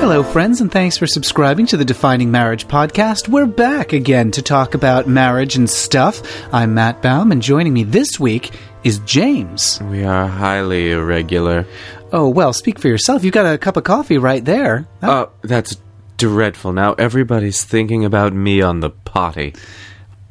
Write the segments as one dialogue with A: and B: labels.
A: Hello, friends, and thanks for subscribing to the Defining Marriage podcast. We're back again to talk about marriage and stuff. I'm Matt Baum, and joining me this week is James.
B: We are highly irregular.
A: Oh, well, speak for yourself. You got a cup of coffee right there. Uh,
B: Oh, that's dreadful. Now everybody's thinking about me on the potty.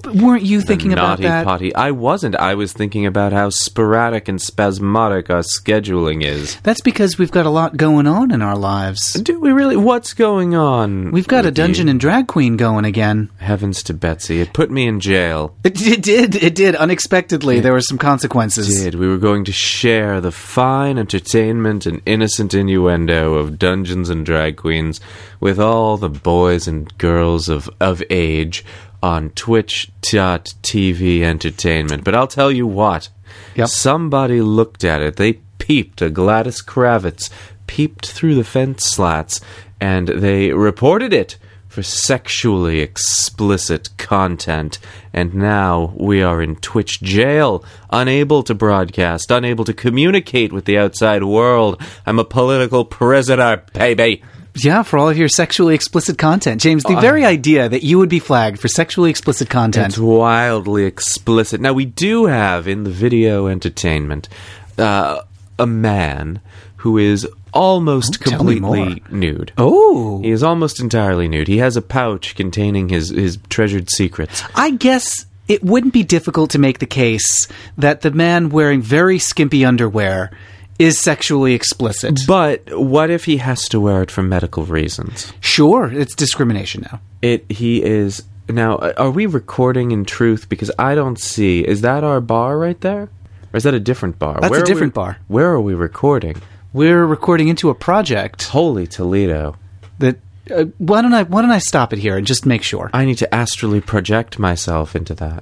A: Weren't you thinking
B: the
A: about
B: naughty
A: that?
B: potty. I wasn't. I was thinking about how sporadic and spasmodic our scheduling is.
A: That's because we've got a lot going on in our lives.
B: Do we really? What's going on?
A: We've got a
B: with you?
A: dungeon and drag queen going again.
B: Heavens to Betsy! It put me in jail.
A: It, it did. It did unexpectedly. There were some consequences.
B: Did we were going to share the fine entertainment and innocent innuendo of dungeons and drag queens with all the boys and girls of of age on twitch.tv entertainment but i'll tell you what
A: Yep.
B: somebody looked at it they peeped a gladys kravitz peeped through the fence slats and they reported it for sexually explicit content. And now we are in Twitch jail, unable to broadcast, unable to communicate with the outside world. I'm a political prisoner, baby.
A: Yeah, for all of your sexually explicit content. James,
B: Oh,
A: the very idea that you would be flagged for sexually explicit content.
B: It's wildly explicit. Now, we do have in the video entertainment uh, a man who is almost
A: Oh, tell me
B: completely nude.
A: Oh.
B: He is almost entirely nude. He has a pouch containing his, his treasured secrets.
A: I guess it wouldn't be difficult to make the case that the man wearing very skimpy underwear is sexually explicit.
B: But what if he has to wear it for medical reasons?
A: sure, it's discrimination now.
B: It he is now. uh, Are we recording in truth? Because I don't see. Is that our bar right there, or is that a different bar?
A: That's a
B: are we-
A: different bar.
B: Where are we recording?
A: We're recording into a project
B: Holy Toledo!
A: that uh, why don't I why don't I stop it here and just make sure?
B: I need to astrally project myself into that.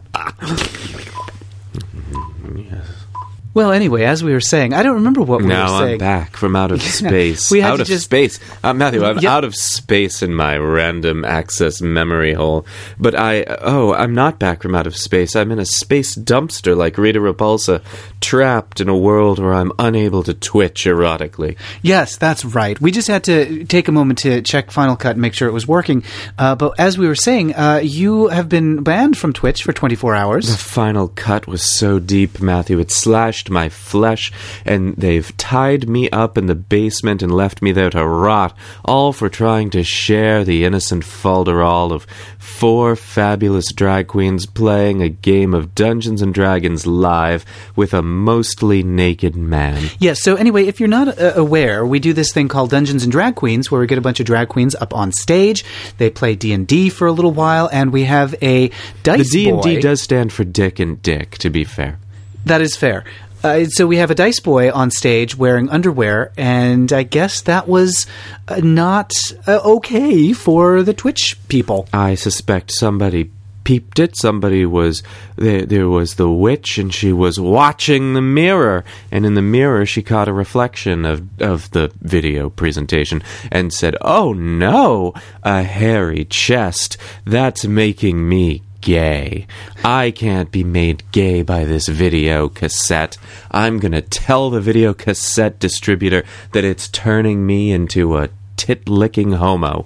A: Well, anyway, as we were saying, I don't remember what we
B: now
A: were
B: I'm
A: saying.
B: back from out of space.
A: We had
B: out
A: to
B: of
A: just-
B: space. Uh, Matthew, I'm
A: Yeah.
B: out of space in my random access memory hole. But I, oh, I'm not back from out of space. I'm in a space dumpster like Rita Repulsa, trapped in a world where I'm unable to twitch erotically.
A: Yes, that's right. We just had to take a moment to check Final Cut and make sure it was working. Uh, but as we were saying, uh, you have been banned from Twitch for 24
B: The
A: hours.
B: final cut was so deep, Matthew, it slashed my flesh, and they've tied me up in the basement and left me there to rot, all for trying to share the innocent falderall of four fabulous drag queens playing a game of Dungeons and Dragons live with a mostly naked man.
A: Yes. So anyway, if you're not uh, aware, we do this thing called Dungeons and Drag Queens, where we get a bunch of drag queens up on stage. They play D and D for a little while, and we have a
B: The
A: dice
B: D and D
A: boy.
B: does stand for Dick and Dick, to be fair.
A: That is fair. Uh, so we have a dice boy on stage wearing underwear, and I guess that was uh, not uh, okay for the Twitch people.
B: I suspect somebody peeped it. Somebody was there. There was the witch, and she was watching the mirror. And in the mirror, she caught a reflection of of the video presentation, and said, "Oh no, a hairy chest. That's making me." Gay. I can't be made gay by this video cassette. I'm gonna tell the video cassette distributor that it's turning me into a tit licking homo.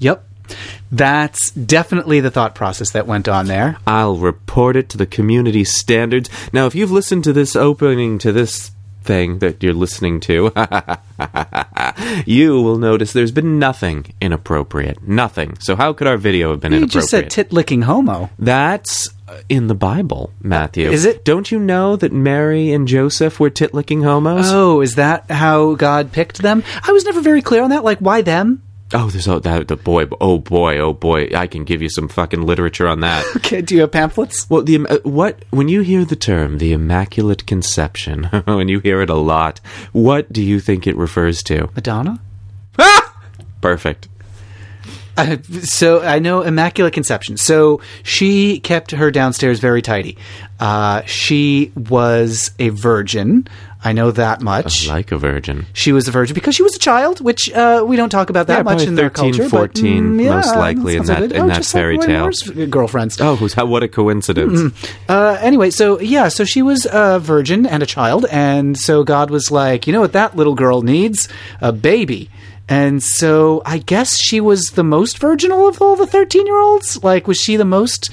A: Yep. That's definitely the thought process that went on there.
B: I'll report it to the community standards. Now, if you've listened to this opening to this thing that you're listening to, you will notice there's been nothing inappropriate. Nothing. So, how could our video have been
A: You
B: inappropriate?
A: just said tit licking homo.
B: That's uh, in the Bible, Matthew.
A: Is it?
B: Don't you know that Mary and Joseph were tit licking homos?
A: Oh, is that how God picked them? I was never very clear on that. Like, why them?
B: oh, there's all that. The boy. Oh, boy. Oh, boy. I can give you some fucking literature on that.
A: Okay, do you have pamphlets?
B: Well, the uh, what when you hear the term the Immaculate Conception, when you hear it a lot, what do you think it refers to?
A: Madonna?
B: Perfect.
A: Uh, so I know immaculate conception. So she kept her downstairs very tidy. Uh, she was a virgin. I know that much.
B: like a virgin.
A: She was a virgin because she was a child, which uh, we don't talk about that
B: Yeah,
A: much
B: probably
A: in their
B: 13,
A: culture.
B: 14,
A: but, mm, yeah,
B: most likely in
A: sounds
B: that-
A: good.
B: in
A: Oh,
B: that
A: just like
B: fairy
A: Roy
B: tale.
A: Moore's girlfriends.
B: Oh, who's- how- what a coincidence!
A: Uh, anyway, so yeah, so she was a virgin and a child, and so God was like, you know what that little girl needs? A baby. And so I guess she was the most virginal of all the 13 year olds. Like, was she the most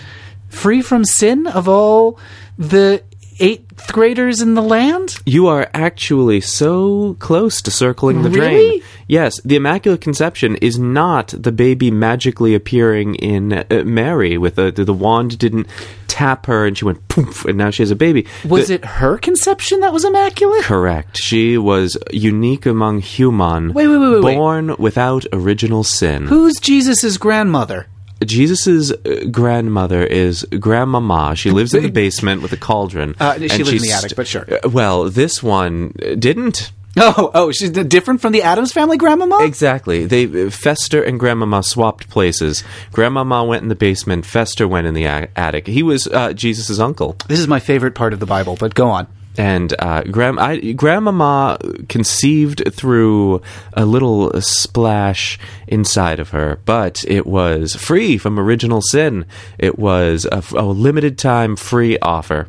A: free from sin of all the eighth graders in the land?
B: You are actually so close to circling the
A: Really?
B: drain. Yes, the Immaculate Conception is not the baby magically appearing in uh, Mary with a, the, the wand didn't tap her and she went poof and now she has a baby.
A: Was
B: The-
A: it her conception that was immaculate?
B: correct? She was unique among human.
A: Wait, wait, wait, wait, wait.
B: born without original sin.
A: Who's Jesus' grandmother?
B: Jesus's uh, grandmother is Grandmama. She lives in the basement with a cauldron.
A: Uh, she
B: and
A: lived in
B: she's
A: the attic,
B: st-
A: but sure.
B: Uh, Well, this one uh, didn't.
A: Oh, oh, she's different from the Adams family grandmama?
B: Exactly. They uh, Fester and Grandmama swapped places. Grandmama went in the basement. Fester went in the a- attic. He was uh, Jesus's uncle,
A: this is my favorite part of the Bible, but go on.
B: and uh, Grand I, Grandmama conceived through a little splash inside of her, but it was free from original sin. It was a, f- a limited time free offer.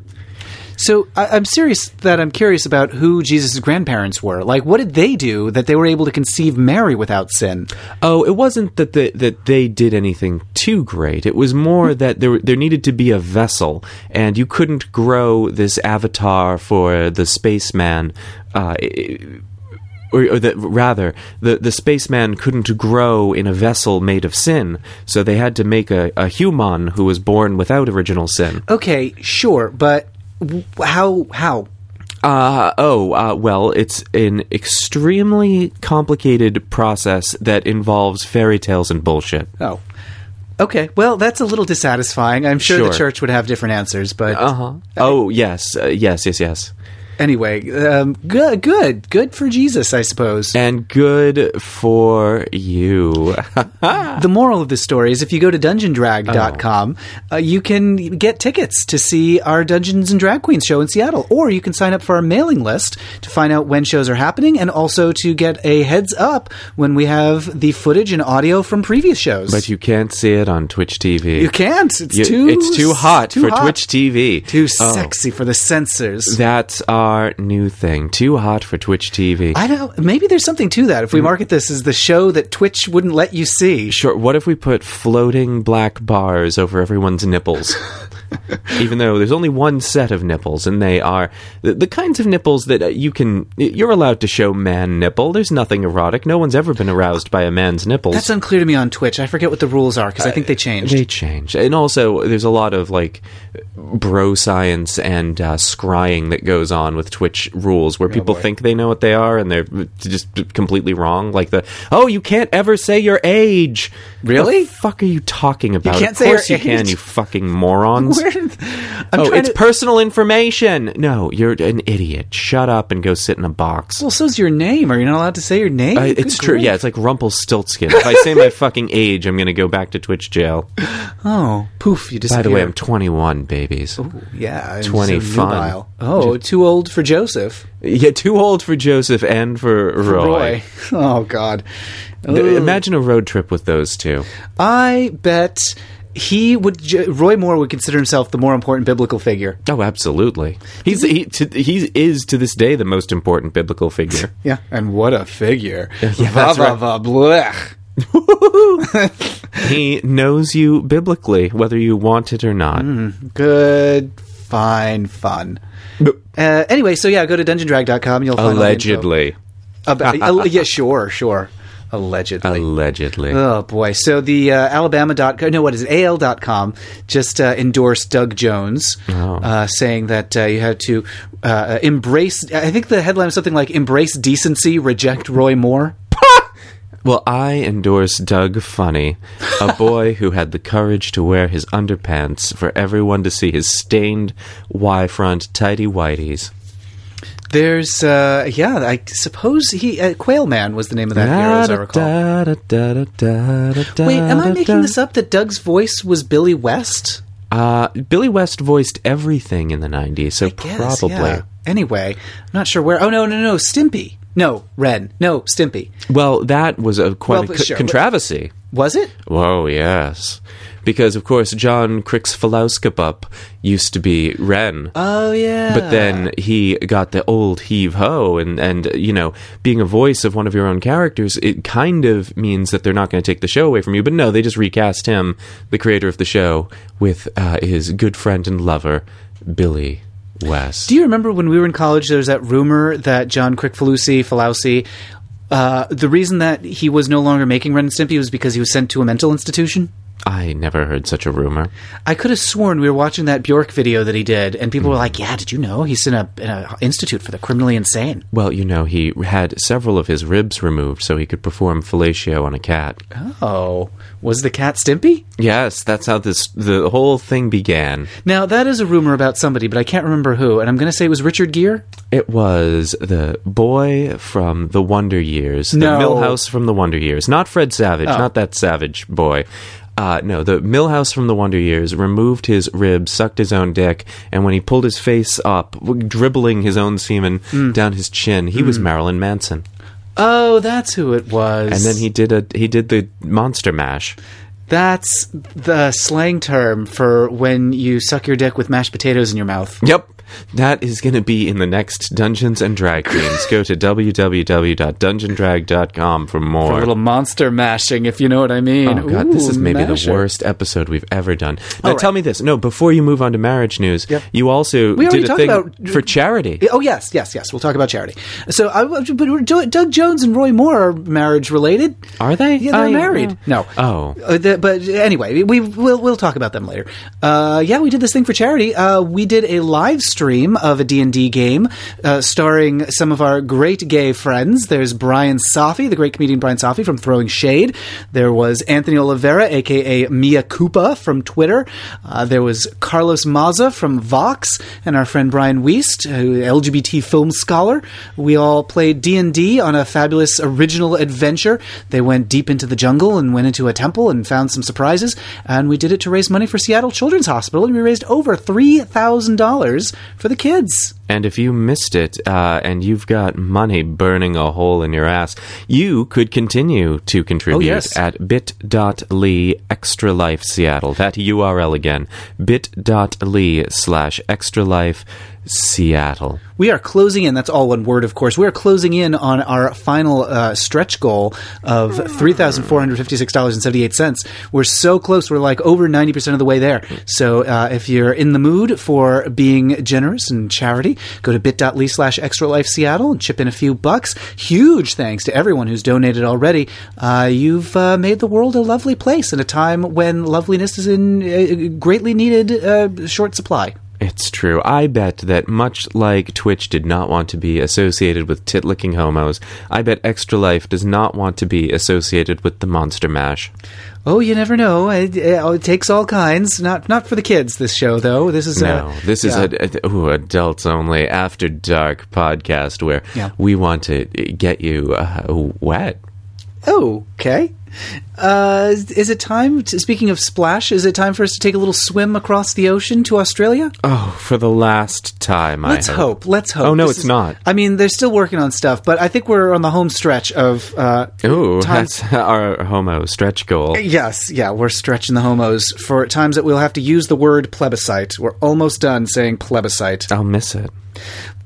A: So I, I'm serious that I'm curious about who Jesus' grandparents were. Like, what did they do that they were able to conceive Mary without sin?
B: Oh, it wasn't that the, that they did anything too great. It was more that there there needed to be a vessel, and you couldn't grow this avatar for the spaceman. Uh, or, or that rather, the, the spaceman couldn't grow in a vessel made of sin, so they had to make a, a human who was born without original sin.
A: Okay, sure, but w- how? How?
B: Uh, oh, uh, well, it's an extremely complicated process that involves fairy tales and bullshit.
A: Oh, okay. Well, that's a little dissatisfying. I'm sure,
B: Sure.
A: the church would have different answers, but
B: Uh-huh. Oh, yes. Uh, yes, yes, yes.
A: anyway, um, good, good, good for Jesus, I suppose.
B: And good for you.
A: The moral of this story is if you go to dungeondrag.com,
B: Oh.
A: uh, you can get tickets to see our Dungeons and Drag Queens show in Seattle, or you can sign up for our mailing list to find out when shows are happening and also to get a heads up when we have the footage and audio from previous shows.
B: but you can't see it on Twitch TV.
A: you can't. It's
B: You-
A: too
B: it's too hot
A: too
B: for
A: hot,
B: Twitch TV.
A: Too
B: Oh,
A: sexy for the censors.
B: that's our new thing. Too hot for Twitch TV.
A: I don't. Maybe there's something to that. If we market this as the show that Twitch wouldn't let you see,
B: Mm. Sure. What if we put floating black bars over everyone's nipples? Even though there's only one set of nipples, and they are the, the kinds of nipples that uh, you can you're allowed to show man nipple. There's nothing erotic. No one's ever been aroused by a man's nipples.
A: that's unclear to me on Twitch. I forget what the rules are because I think they changed.
B: They change, and also there's a lot of like bro science and uh, scrying that goes on with Twitch rules, where people
A: Oh, boy.
B: think they know what they are and they're just completely wrong. Like the oh, you can't ever say your age.
A: Really?
B: The fuck are you talking about?
A: can't
B: of
A: say your
B: course you can,
A: age.
B: you fucking morons.
A: Where- I'm
B: oh,
A: trying
B: it's
A: to-
B: personal information. No, you're an idiot. Shut up and go sit in a box.
A: Well, so's your name. Are you not allowed to say your name?
B: I-
A: Good
B: it's true.
A: grief.
B: Yeah, it's like Rumpelstiltskin. if I say my fucking age, I'm going to go back to Twitch jail.
A: Oh, poof! You
B: By
A: disappear.
B: the way, I'm 21, babies.
A: yeah, I'm
B: 20
A: so
B: fun.
A: nubile. Oh, too old for Joseph.
B: Yeah, too old for Joseph and for Roy.
A: Roy. Oh God.
B: Th-
A: Ugh.
B: Imagine a road trip with those two.
A: I bet he would. J- Roy Moore would consider himself the more important biblical figure.
B: Oh, absolutely. He's he, to, he is to this day the most important biblical figure.
A: Yeah, and what a figure.
B: yeah,
A: Va,
B: that's
A: va,
B: right.
A: va, blech.
B: he knows you biblically, whether you want it or not.
A: Hmm. Good, fine, fun. Uh, anyway, so yeah, go to dungeondrag.com. You'll find all the info.
B: Allegedly,
A: About, al- yeah, sure, sure. Allegedly.
B: allegedly.
A: Oh boy! So the uh, Alabama.com, no, what is it? AL.com just uh, endorsed Doug Jones,
B: Oh.
A: uh, saying that uh, you had to uh, embrace. I think the headline was something like "Embrace decency, reject Roy Moore."
B: Well, I endorse Doug Funny, a boy who had the courage to wear his underpants for everyone to see his stained Y front tidy whities.
A: There's, uh, yeah, I suppose he uh, Quail Man was the name of that hero, as I recall. Wait,
B: Wait,
A: am I making this up? That Doug's voice was Billy West?
B: Uh, Billy West voiced everything in the 90s, so
A: Guess,
B: probably.
A: yeah. Anyway, I'm not sure where. Oh no, no, no, Stimpy. No, Ren. No, Stimpy.
B: Well, that was a quite
A: Well,
B: a co-
A: sure.
B: controversy.
A: Was it?
B: Whoa, yes. Because, of course, John Crixfalowskapup used to be Wren.
A: Oh yeah.
B: But then he got the old heave ho, and, and uh, you know, being a voice of one of your own characters, it kind of means that they're not going to take the show away from you. But no, they just recast him, the creator of the show, with uh, his good friend and lover, Billy West.
A: Do you remember when we were in college? There was that rumor that John Crickfalusi, Falousi, uh, the reason that he was no longer making Ren and Stimpy was because he was sent to a mental institution.
B: I never heard such a rumor.
A: I could have sworn we were watching that Bjork video that he did, and people were like, "Yeah, did you know he's in a, in a institute for the criminally insane?"
B: Well, you know, he had several of his ribs removed so he could perform fellatio on a cat.
A: Oh, was the cat Stimpy?
B: Yes, that's how this the whole thing began.
A: Now that is a rumor about somebody, but I can't remember who, and I'm going to say it was Richard Gere.
B: It was the boy from the Wonder Years, the
A: No.
B: Millhouse from the Wonder Years, not Fred Savage, not that Savage boy. Uh, no, the Millhouse from the Wonder Years removed his ribs, sucked his own dick, and when he pulled his face up, w- dribbling his own semen down his chin, he was Marilyn Manson.
A: Oh, that's who it was.
B: And then he did a he did the monster mash.
A: That's the slang term for when you suck your dick with mashed potatoes in your mouth.
B: Yep. That is going to be in the next Dungeons and Dragons. Go to www.dungeondrag.com for more.
A: A little monster mashing, if you know what I mean.
B: Oh god, this
A: Ooh,
B: is maybe
A: mash
B: the
A: it.
B: worst episode we've ever done. Now
A: All right.
B: tell me this. No, before you move on to marriage news,
A: Yep.
B: you also
A: We already
B: did a
A: talked
B: thing
A: about-
B: for charity.
A: Oh yes, yes, yes. We'll talk about charity. So, I, but Doug Jones and Roy Moore are marriage related.
B: Are they?
A: Yeah, they're
B: I-
A: married. No.
B: Oh.
A: Uh, the- but anyway, we we'll we'll talk about them later. Uh, yeah, we did this thing for charity. Uh, we did a live stream of a D and D game uh, starring some of our great gay friends. There's Brian Safi, the great comedian Brian Safi from Throwing Shade. There was Anthony Oliveira, aka Mia Koopa from Twitter. Uh, there was Carlos Maza from Vox, and our friend Brian Wiest, who LGBT film scholar. We all played D and D on a fabulous original adventure. They went deep into the jungle and went into a temple and found some surprises. And we did it to raise money for Seattle Children's Hospital, and we raised over three thousand dollars for the kids.
B: And if you missed it uh, and you've got money burning a hole in your ass, you could continue to contribute
A: yes.
B: at bit.ly extra life Seattle. That URL again bit.ly slash extra life Seattle.
A: We are closing in. That's all one word, of course. We are closing in on our final uh, stretch goal of three thousand four hundred fifty-six dollars and seventy-eight cents. We're so close. We're like over ninety percent of the way there. So uh, if you're in the mood for being generous and charity, go to bit.ly slash extra life Seattle and chip in a few bucks. Huge thanks to everyone who's donated already. Uh, you've uh, made the world a lovely place in a time when loveliness is in uh, greatly needed uh, short supply.
B: It's true. I bet that much like Twitch did not want to be associated with tit licking homos, I bet Extra Life does not want to be associated with the Monster Mash.
A: Oh, you never know. It, it takes all kinds. Not not for the kids. This show, though. This is
B: No,
A: A,
B: this
A: yeah.
B: is a, a ooh, adults only after dark podcast where
A: Yeah.
B: we want to get you uh, wet.
A: oh, okay. Uh, is it time? To, speaking of splash, is it time for us to take a little swim across the ocean to Australia?
B: Oh, for the last time,
A: Let's
B: I
A: hope. Let's hope.
B: Oh, no,
A: This
B: it's
A: is-
B: not.
A: I mean, they're still working on stuff, but I think we're on the home stretch of. Uh,
B: Ooh,
A: times-
B: that's our homo stretch goal.
A: Yes, yeah, we're stretching the homos for times that we'll have to use the word plebiscite. We're almost done saying plebiscite.
B: I'll miss it.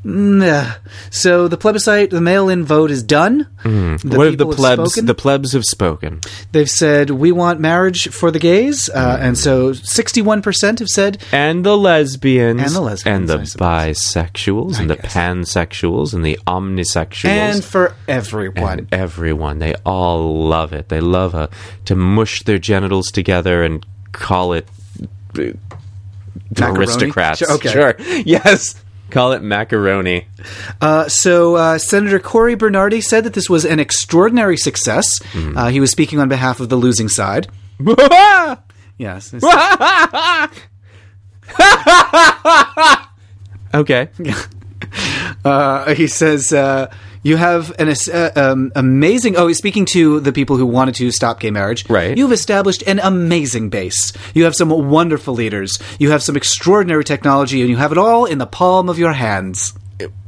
A: Nah. So the plebiscite, the mail-in vote is done. The
B: Hmm. what have the
A: people have
B: plebs?
A: spoken.
B: the plebs have spoken.
A: They've said we want marriage for the gays,
B: Hmm.
A: uh, and so sixty-one percent have said
B: and the lesbians
A: And the lesbians,
B: and the
A: I
B: bisexuals and the
A: guess.
B: pansexuals and the omnisexuals
A: and for everyone.
B: and everyone they all love it they love uh, to mush their genitals together and call it uh,
A: Macaroni?
B: aristocrats
A: Sure, okay.
B: sure yes call it macaroni
A: Uh, so uh, Senator Corey Bernardi said that this was an extraordinary success.
B: Hmm.
A: Uh, he was speaking on behalf of the losing side. Yes.
B: okay
A: Uh, he says, uh, "You have an es- uh, um, amazing." Oh, he's speaking to the people who wanted to stop gay marriage.
B: Right.
A: You've established an amazing base. You have some wonderful leaders. You have some extraordinary technology, and you have it all in the palm of your hands.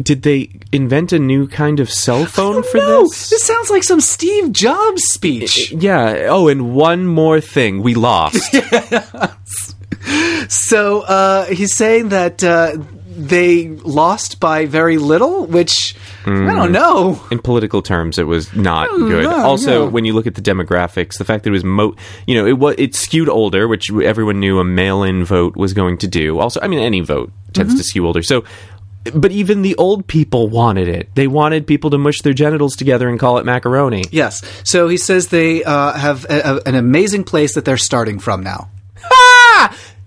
B: Did they invent a new kind of cell phone for
A: Oh, no,
B: this?
A: this sounds like some Steve Jobs speech.
B: Yeah. Oh, and one more thing. We lost.
A: So uh, he's saying that uh, they lost by very little, which I
B: Hmm.
A: don't know.
B: in political terms, it was not good.
A: Oh, no,
B: also,
A: yeah.
B: when you look at the demographics, the fact that it was mo, you know, it was it skewed older, which everyone knew a mail-in vote was going to do. Also, I mean, any vote tends
A: Mm-hmm.
B: to skew older. So, but even the old people wanted it. They wanted people to mush their genitals together and call it macaroni.
A: Yes. So he says they uh, have a, a- an amazing place that they're starting from now.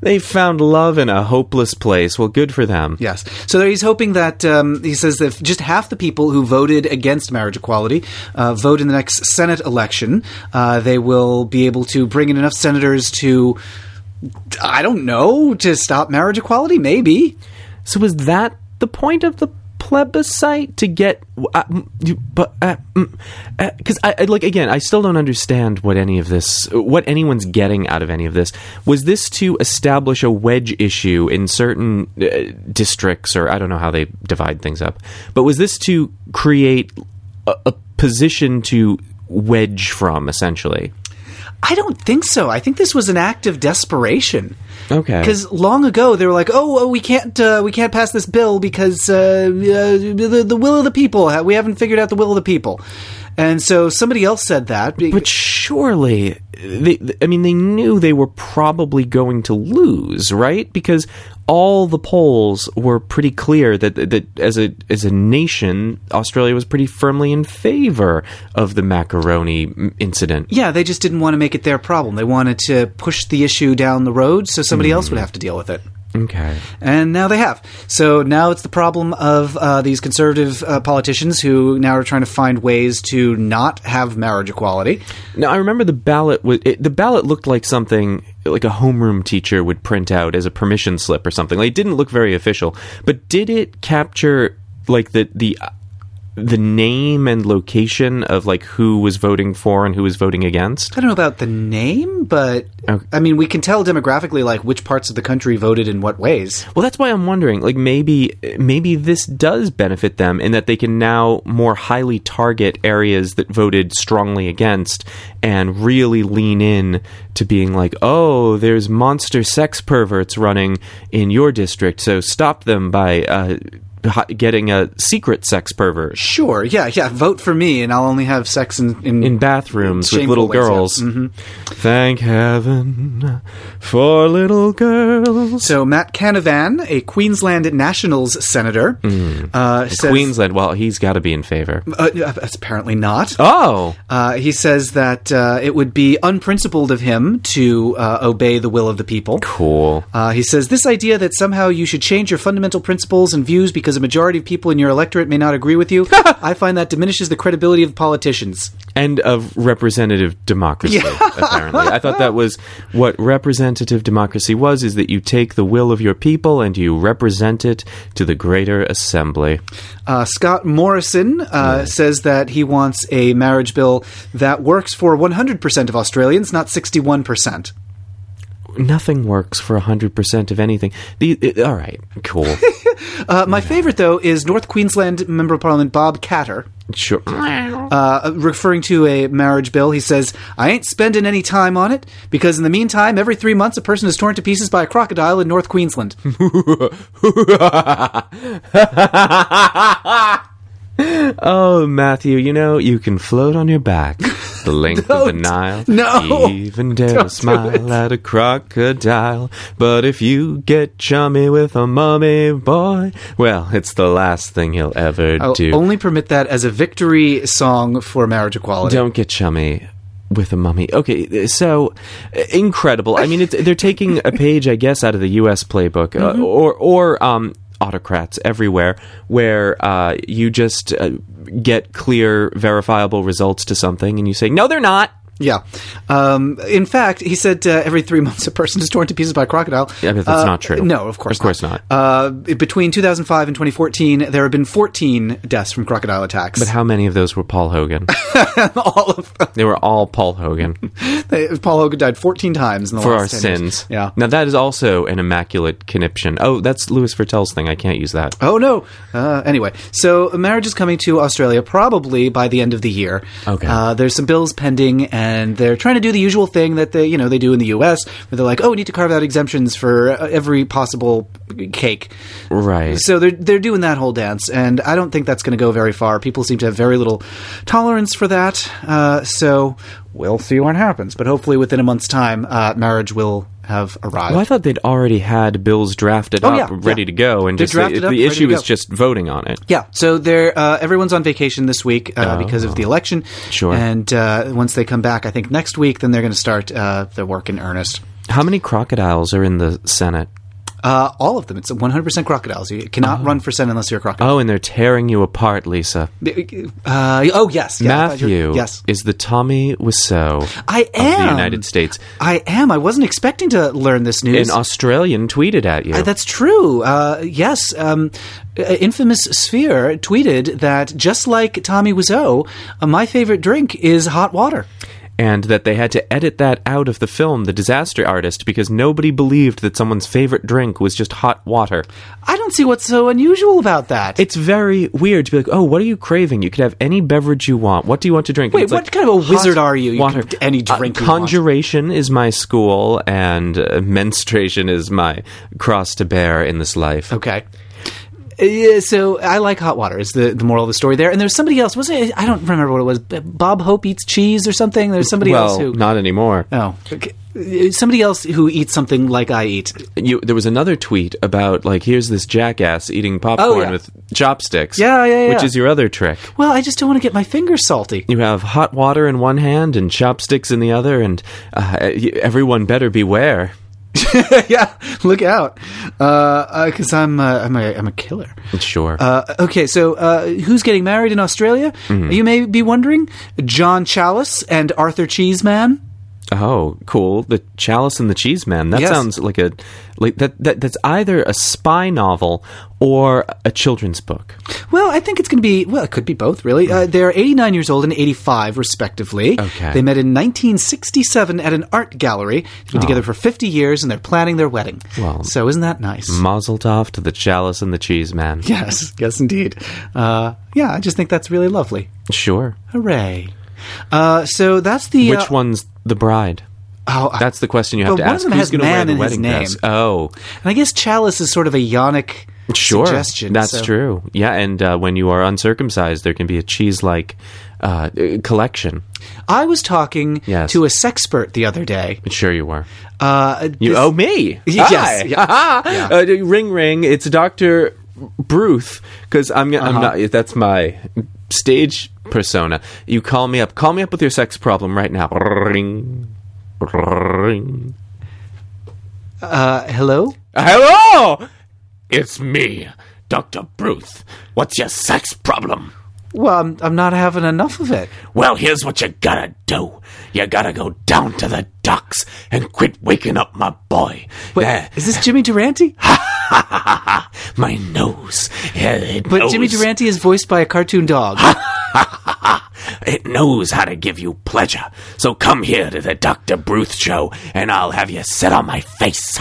B: They found love in a hopeless place. Well, good for them.
A: Yes. So there he's hoping that um, he says that if just half the people who voted against marriage equality uh, vote in the next Senate election, uh, they will be able to bring in enough senators to, I don't know, to stop marriage equality. Maybe.
B: So was that the point of the plebiscite to get? Uh, mm, you- but because I, I like again, I still don't understand what any of this, what anyone's getting out of any of this. Was this to establish a wedge issue in certain uh, districts, or I don't know how they divide things up? But was this to create a, a position to wedge from, essentially?
A: I don't think so. I think this was an act of desperation.
B: Okay.
A: Because long ago they were like, "Oh, well, we can't, uh, we can't pass this bill because uh, uh, the, the will of the people. We haven't figured out the will of the people." And so somebody else said that. be-
B: But surely, they, I mean, they knew they were probably going to lose, right? Because all the polls were pretty clear that, that as a as a nation, Australia was pretty firmly in favor of the macaroni incident.
A: yeah, they just didn't want to make it their problem. They wanted to push the issue down the road so somebody else would have to deal with it.
B: Okay.
A: And now they have. So now it's the problem of uh, these conservative uh, politicians who now are trying to find ways to not have marriage equality.
B: Now I remember the ballot was it, the ballot looked like something like a homeroom teacher would print out as a permission slip or something. Like it didn't look very official, but did it capture like the the the name and location of like who was voting for and who was voting against?
A: I don't know about the name, but
B: Okay.
A: I mean, we can tell demographically, like which parts of the country voted in what ways.
B: Well, that's why I'm wondering. Like, maybe maybe this does benefit them in that they can now more highly target areas that voted strongly against and really lean in to being like, oh, there's monster sex perverts running in your district, so stop them by uh, hi- getting a secret sex pervert
A: Sure, yeah, yeah. Vote for me, and I'll only have sex in in,
B: in bathrooms with
A: Shameful
B: little
A: ways, yeah. Mm-hmm.
B: girls. Thank heaven for little girls.
A: So Matt Canavan, a Queensland Nationals senator, uh, says,
B: Queensland, well, he's got to be in favor.
A: uh, apparently not.
B: Oh.
A: Uh, he says that uh, it would be unprincipled of him to uh, obey the will of the people.
B: Cool.
A: Uh, he says this idea that somehow you should change your fundamental principles and views because a majority of people in your electorate may not agree with you, I find that diminishes the credibility of politicians.
B: and of representative democracy apparently i thought that was what representative democracy was is that you take the will of your people and you represent it to the greater assembly
A: Uh, Scott Morrison uh, says that he wants a marriage bill that works for 100% of Australians, not 61%.
B: nothing works for 100% of anything the, it- all right cool
A: Uh, my favorite, though, is North Queensland Member of Parliament Bob Catter.
B: sure
A: Uh, referring to a marriage bill, he says, I ain't spending any time on it because, in the meantime, every three months a person is torn to pieces by a crocodile in North Queensland.
B: Hmm. oh matthew you know you can float on your back the length of the
A: Don't.
B: nile
A: No.
B: even dare
A: do
B: smile
A: it.
B: at a crocodile but if you get chummy with a mummy boy well it's the last thing he'll ever
A: I'll
B: do
A: only permit that as a victory song for marriage equality.
B: Don't get chummy with a mummy. Okay, so uh, incredible. I mean, it's, they're taking a page, I guess, out of the U.S. playbook, uh, or or um, autocrats everywhere, where uh, you just uh, get clear, verifiable results to something, and you say, "No, they're not."
A: Yeah. Um, in fact, he said uh, every three months a person is torn to pieces by a crocodile.
B: Yeah, but that's
A: Uh,
B: not true.
A: No, of course
B: Of course not.
A: Uh, between 2005 and 2014, there have been 14 deaths from crocodile attacks.
B: How many of those were Paul Hogan?
A: all of them.
B: they were all Paul Hogan
A: They- Paul Hogan died 14 times in the
B: for our
A: last 10 years.
B: sins.
A: Yeah.
B: Now that is also an immaculate conniption. Oh, that's Louis Vertel's thing. I can't use that.
A: Oh no! Uh, anyway, so marriage is coming to Australia probably by the end of the year.
B: Okay.
A: Uh, there's some bills pending, and they're trying to do the usual thing that they, you know, they do in the U.S. where they're like, "Oh, we need to carve out exemptions for uh, every possible cake."
B: Right.
A: So they're they're doing that whole dance, and I don't think that's going to go very far. People seem to have very little tolerance for that. Uh, so we'll see what happens. But hopefully, within a month's time, uh, marriage will have arrived.
B: Well, I thought they'd already had bills drafted
A: Oh,
B: up,
A: yeah,
B: ready
A: yeah.
B: to go, and
A: They're
B: just the,
A: drafted up,
B: the
A: ready to
B: issue is
A: go.
B: just voting on it.
A: Yeah, so they're uh, everyone's on vacation this week uh, because of the election.
B: Oh. Sure.
A: And uh, once they come back, I think next week, then they're going to start uh, the work in earnest.
B: How many crocodiles are in the Senate?
A: Uh, all of them. It's 100% crocodiles. You cannot run for Senate unless you're a crocodile.
B: Oh, and they're tearing you apart, Lisa.
A: Uh, oh, yes. yes I thought you were-
B: Matthew
A: Yes.
B: is the Tommy Wiseau
A: I am.
B: of the United States.
A: I am. I wasn't expecting to learn this news.
B: An Australian tweeted at you.
A: Uh, That's true. Uh, yes, um, uh, infamous Sphere tweeted that just like Tommy Wiseau, uh, my favorite drink is hot water.
B: and that they had to edit that out of the film, The Disaster Artist, because nobody believed that someone's favorite drink was just hot water.
A: I don't see what's so unusual about that.
B: It's very weird to be like, oh, what are you craving? You could have any beverage you want. What do you want to drink? And
A: Wait,
B: it's
A: what
B: like,
A: kind of a
B: hot
A: wizard are you? You
B: water.
A: can have any
B: Uh,
A: drink you want.
B: conjuration is my school, and uh, menstruation is my cross to bear in this life.
A: Okay. Yeah, so I like hot water is the, the moral of the story there. And there's somebody else, wasn't it? I don't remember what it was. but Bob Hope eats cheese or something. There's somebody
B: well,
A: else who.
B: not anymore.
A: Oh. Okay. Uh, Somebody else who eats something like I eat.
B: you, there was another tweet about like here's this jackass eating popcorn
A: Oh, yeah.
B: with chopsticks.
A: Yeah, yeah,
B: Which
A: yeah.
B: is your other trick.
A: Well, I just don't want to get my fingers salty.
B: You have hot water in one hand and chopsticks in the other, and uh, y- everyone better beware.
A: yeah, look out, because uh, uh 'cause I'm uh, I'm a I'm a killer.
B: Sure.
A: Uh, okay, so uh, who's getting married in Australia? You may be wondering. John Chalice and Arthur Cheeseman.
B: oh, cool. The Chalice and the Cheese Man. That
A: Yes.
B: sounds like a like that, that. That's either a spy novel or a children's book.
A: Well, I think it's going to be, well, it could be both, really. Uh, they're 89 years old and 85, respectively.
B: Okay.
A: They met in 1967 at an art gallery. They've been together for 50 years and they're planning their wedding.
B: Oh. Well- Mm.
A: so isn't that nice?
B: Mazel tov to the Chalice and the Cheese Man.
A: yes, yes, indeed. Uh, yeah, I just think that's really lovely.
B: Sure.
A: Hooray. Uh, so that's the.
B: Which
A: uh,
B: one's the bride?
A: Oh, I-
B: That's the question you
A: But
B: have to
A: one of
B: ask.
A: them
B: Who's
A: has
B: going to wear
A: man
B: the
A: in his
B: wedding
A: name.
B: dress? Oh.
A: and I guess Chalice is sort of a yonic
B: Sure,
A: suggestion.
B: that's
A: so-
B: true. Yeah, and uh, when you are uncircumcised, there can be a cheese-like uh, uh, collection.
A: I was talking
B: Yes.
A: to a sexpert the other day.
B: Sure, you were.
A: Uh,
B: You
A: this-
B: owe me.
A: Yes,
B: Hi.
A: yeah.
B: Ha, ha. Uh, ring, ring. It's Doctor Bruth because I'm. gonna
C: Uh-huh.
B: I'm not. That's my stage persona. You call me up. Call me up with your sex problem right now. Ring, ring.
A: uh, hello?
B: Hello, it's me, Doctor Bruth. What's your sex problem?
A: Well, I'm, I'm not having enough of it.
C: Well, here's what you gotta do. You gotta go down to the docks and quit waking up my boy.
A: Wait,
C: Yeah,
A: is this Jimmy Durante?
C: my nose. Yeah, it
A: But
C: knows.
A: Jimmy Durante is voiced by a cartoon dog.
C: It knows how to give you pleasure. So come here to the Dr. Bruth show and I'll have you sit on my face.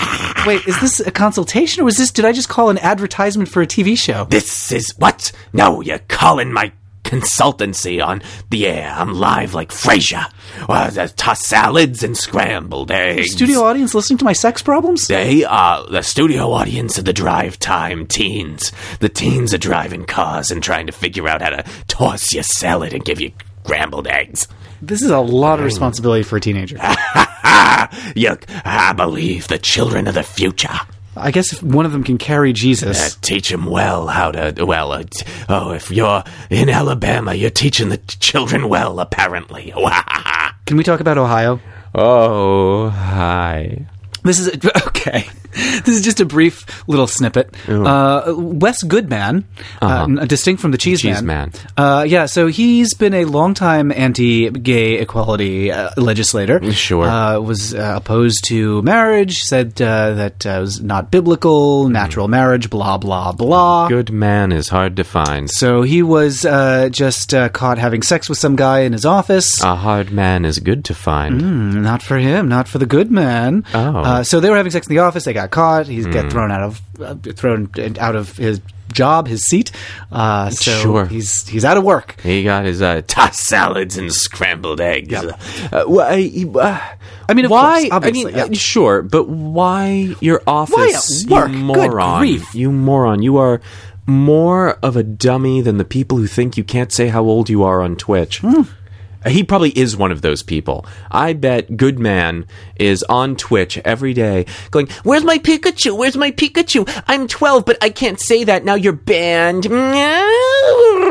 A: Wait, is this a consultation or was this? Did I just call an advertisement for a TV show?
C: This is what? No, you're calling my consultancy on the air. I'm live like Frasier. Well, there's tossed salads and scrambled eggs.
A: Studio audience listening to my sex problems?
C: They are the studio audience of the drive time teens. The teens are driving cars and trying to figure out how to toss your salad and give you scrambled eggs.
A: This is a lot of responsibility for a teenager.
C: Ah, yuck. I believe the children of the future.
A: I guess if one of them can carry
C: Uh,
A: Jesus.
C: teach them well how to. Well, uh, t- oh, if you're in Alabama, you're teaching the t- children well, apparently.
A: Can we talk about Ohio?
B: Oh, hi.
A: This is okay. This is just a brief little snippet. Uh, Wes Goodman, uh n- distinct from the Cheese,
B: Uh-huh. Cheese Man.
A: Uh, yeah, so he's been a longtime anti-gay equality uh, legislator.
B: Sure.
A: uh, was uh, opposed to marriage. Said uh, that uh, it was not biblical, natural marriage, blah blah blah.
B: Mm. Good man is hard to find.
A: So he was uh, just uh, caught having sex with some guy in his office.
B: A hard man is good to find.
A: Not for him, not for the good man.
B: Oh.
A: Uh, so they were having sex in the office. They got caught. He got thrown out of uh, thrown out of his job, his seat. Uh, so
B: Sure.
A: he's he's out of work.
B: He got his uh,
C: Tossed salads and scrambled eggs.
B: Uh, well, I, uh,
A: I mean, of
B: why?
A: course, obviously,
B: I mean,
A: yeah.
B: uh, sure, but why your office?
A: at work?
B: You
A: Good
B: moron!
A: grief.
B: You moron! You are more of a dummy than the people who think you can't say how old you are on Twitch.
A: Hmm.
B: He probably is one of those people. I bet Goodman is on Twitch every day going, Where's my Pikachu? Where's my Pikachu? I'm 12, but I can't say that. Now you're banned.
A: Hmm.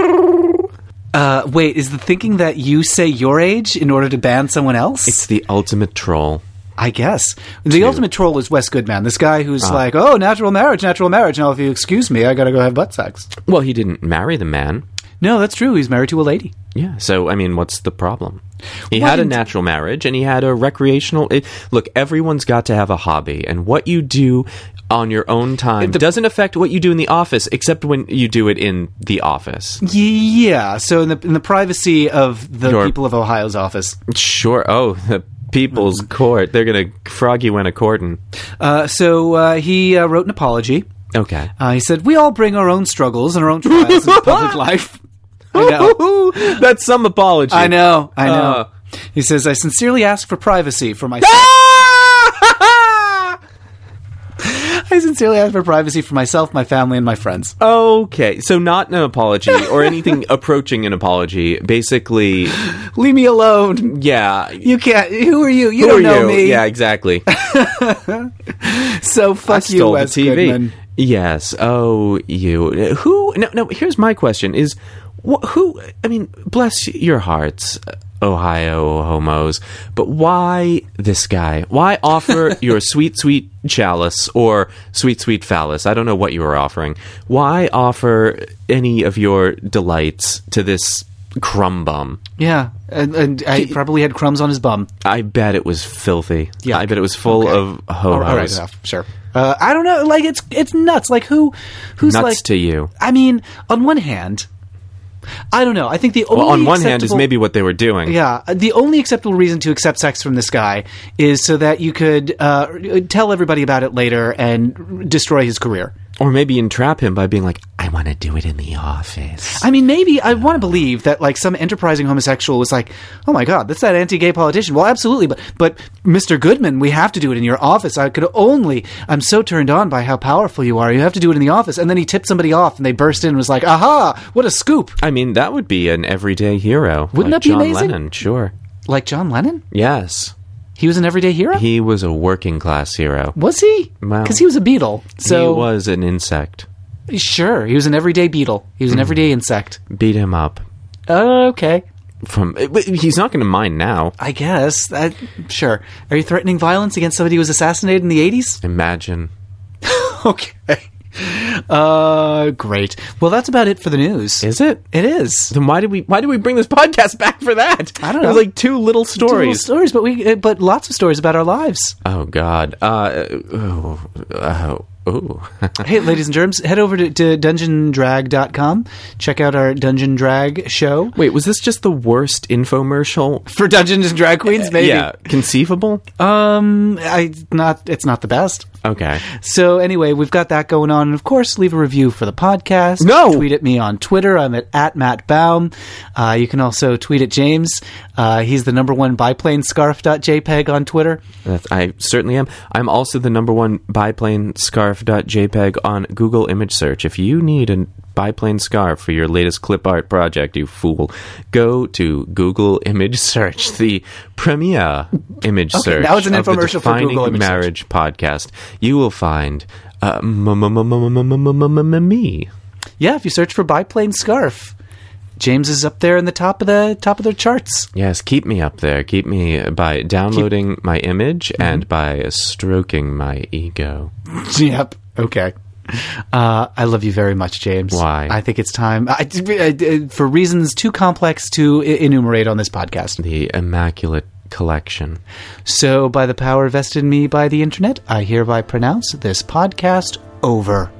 A: Uh, wait, is the thinking that you say your age in order to ban someone else?
B: It's the ultimate troll.
A: I guess. The ultimate troll is Wes Goodman, this guy who's like, oh, natural marriage, natural marriage. Now, if you excuse me, I gotta go have butt sex.
B: Well, he didn't marry the man.
A: No, that's true. He's married to a lady.
B: Yeah. So I mean, what's the problem? He
A: Well,
B: had a
A: and-
B: natural marriage and he had a recreational. It, look, everyone's got to have a hobby, and what you do on your own time doesn't affect what you do in the office, except when you do it in the office.
A: Yeah, so in the, in the privacy of the
B: Your-
A: people of Ohio's office.
B: Sure. Oh, the people's court. They're gonna frog you in a courtin.
A: Uh, so uh, he uh, wrote an apology.
B: Okay.
A: Uh, he said, We all bring our own struggles and our own trials into public life. I know.
B: That's some apology.
A: I know. I know.
B: Uh. Ah!
A: he says, I sincerely ask for privacy for myself. I sincerely ask for privacy for myself, my family, and my friends.
B: Okay, so not an apology or anything approaching an apology. Basically,
A: Leave me alone.
B: yeah.
A: You can't. Who are you? You
B: Who
A: don't
B: are
A: know
B: you?
A: me.
B: Yeah, exactly.
A: So fuck you,
B: stole
A: Wes
B: the TV.
A: Goodman.
B: Yes. Oh, you. Who? No. No. Here's my question: Is wh- who? I mean, bless your hearts, Ohio homos, but why this guy? Why offer your sweet, sweet chalice or sweet, sweet phallus? I don't know what you were offering. Why offer any of your delights to this crumb bum?
A: Yeah, and, and I probably had crumbs on his bum.
B: I bet it was filthy.
A: Yeah.
B: I bet it was full
A: Okay.
B: of
A: All
B: ho
A: right,
B: hos.
A: enough. Sure. Uh, I don't know. Like it's it's nuts. Like who who's
B: Nuts
A: like
B: to you.
A: I mean, on one hand, I don't know. I think the only
B: Well, on one hand, is
A: acceptable-
B: maybe what they were doing.
A: Yeah, the only acceptable reason to accept sex from this guy is so that you could uh, tell everybody about it later and destroy his career.
B: Or maybe entrap him by being like, I want to do it in the office.
A: I mean, maybe I want to believe that like some enterprising homosexual was like, "Oh my God, that's that anti-gay politician." Well, absolutely, but but Mr. Goodman, we have to do it in your office. I could only. I'm so turned on by how powerful you are. You have to do it in the office. And then he tipped somebody off, and they burst in and was like, "Aha! What a scoop!"
B: I mean, that would be an everyday hero.
A: Wouldn't that
B: like
A: be
B: John
A: amazing?
B: Lennon, sure.
A: Like John Lennon,
B: Yes.
A: he was an everyday hero.
B: He was a working class hero.
A: was he?
B: Well,
A: Because he was a beetle. So
B: he was an insect.
A: sure, he was an everyday beetle. He
B: Hmm.
A: was an everyday insect. Uh,
B: Beat him up.
A: Okay.
B: From but he's not going to mind now.
A: I guess. That, sure. Are you threatening violence against somebody who was assassinated in the 80s?
B: Imagine.
A: okay. Uh, great. Well, that's about it for the news.
B: Is it?
A: it is.
B: Then why did we why did we bring this podcast back for that?
A: I don't
B: It was
A: know.
B: like two little
A: Two little
B: stories.
A: stories, but we, uh, but lots of stories about our lives.
B: oh God. Uh. Oh. oh, oh.
A: hey, ladies and germs, head over to, to dungeondrag.com. Check out our Dungeon Drag show
B: Wait, was this just the worst infomercial?
A: for Dungeons and Drag Queens. Maybe.
B: Uh, Yeah, conceivable.
A: Um, I not. It's not the best.
B: Okay.
A: So anyway, we've got that going on, and of course, leave a review for the podcast.
B: No!
A: tweet at me on Twitter. I'm at, at Matt Baum. Uh, you can also tweet at James. Uh, he's the number one biplane scarf.jpg on Twitter.
B: That's, I certainly am. I'm also the number one biplane scarf.jpg on Google image search. If you need a biplane scarf for your latest clip art project, you fool, go to Google image search, the premier image search.
A: now it's an
B: of the
A: infomercial for
B: Defining
A: Google image search.
B: Marriage podcast. You will find uh, m- m- m- m- m- m- m- m- me.
A: Yeah, if you search for biplane scarf, James is up there in the top of the top of their charts.
B: Yes, keep me up there. Keep me by downloading my image
A: Mm-hmm.
B: and by stroking my ego.
A: yep. Okay. Uh, I love you very much, James.
B: Why?
A: I think it's time I, I- for reasons too complex to e- enumerate on this podcast.
B: The immaculate collection.
A: So, by the power vested in me by the internet, I hereby pronounce this podcast over.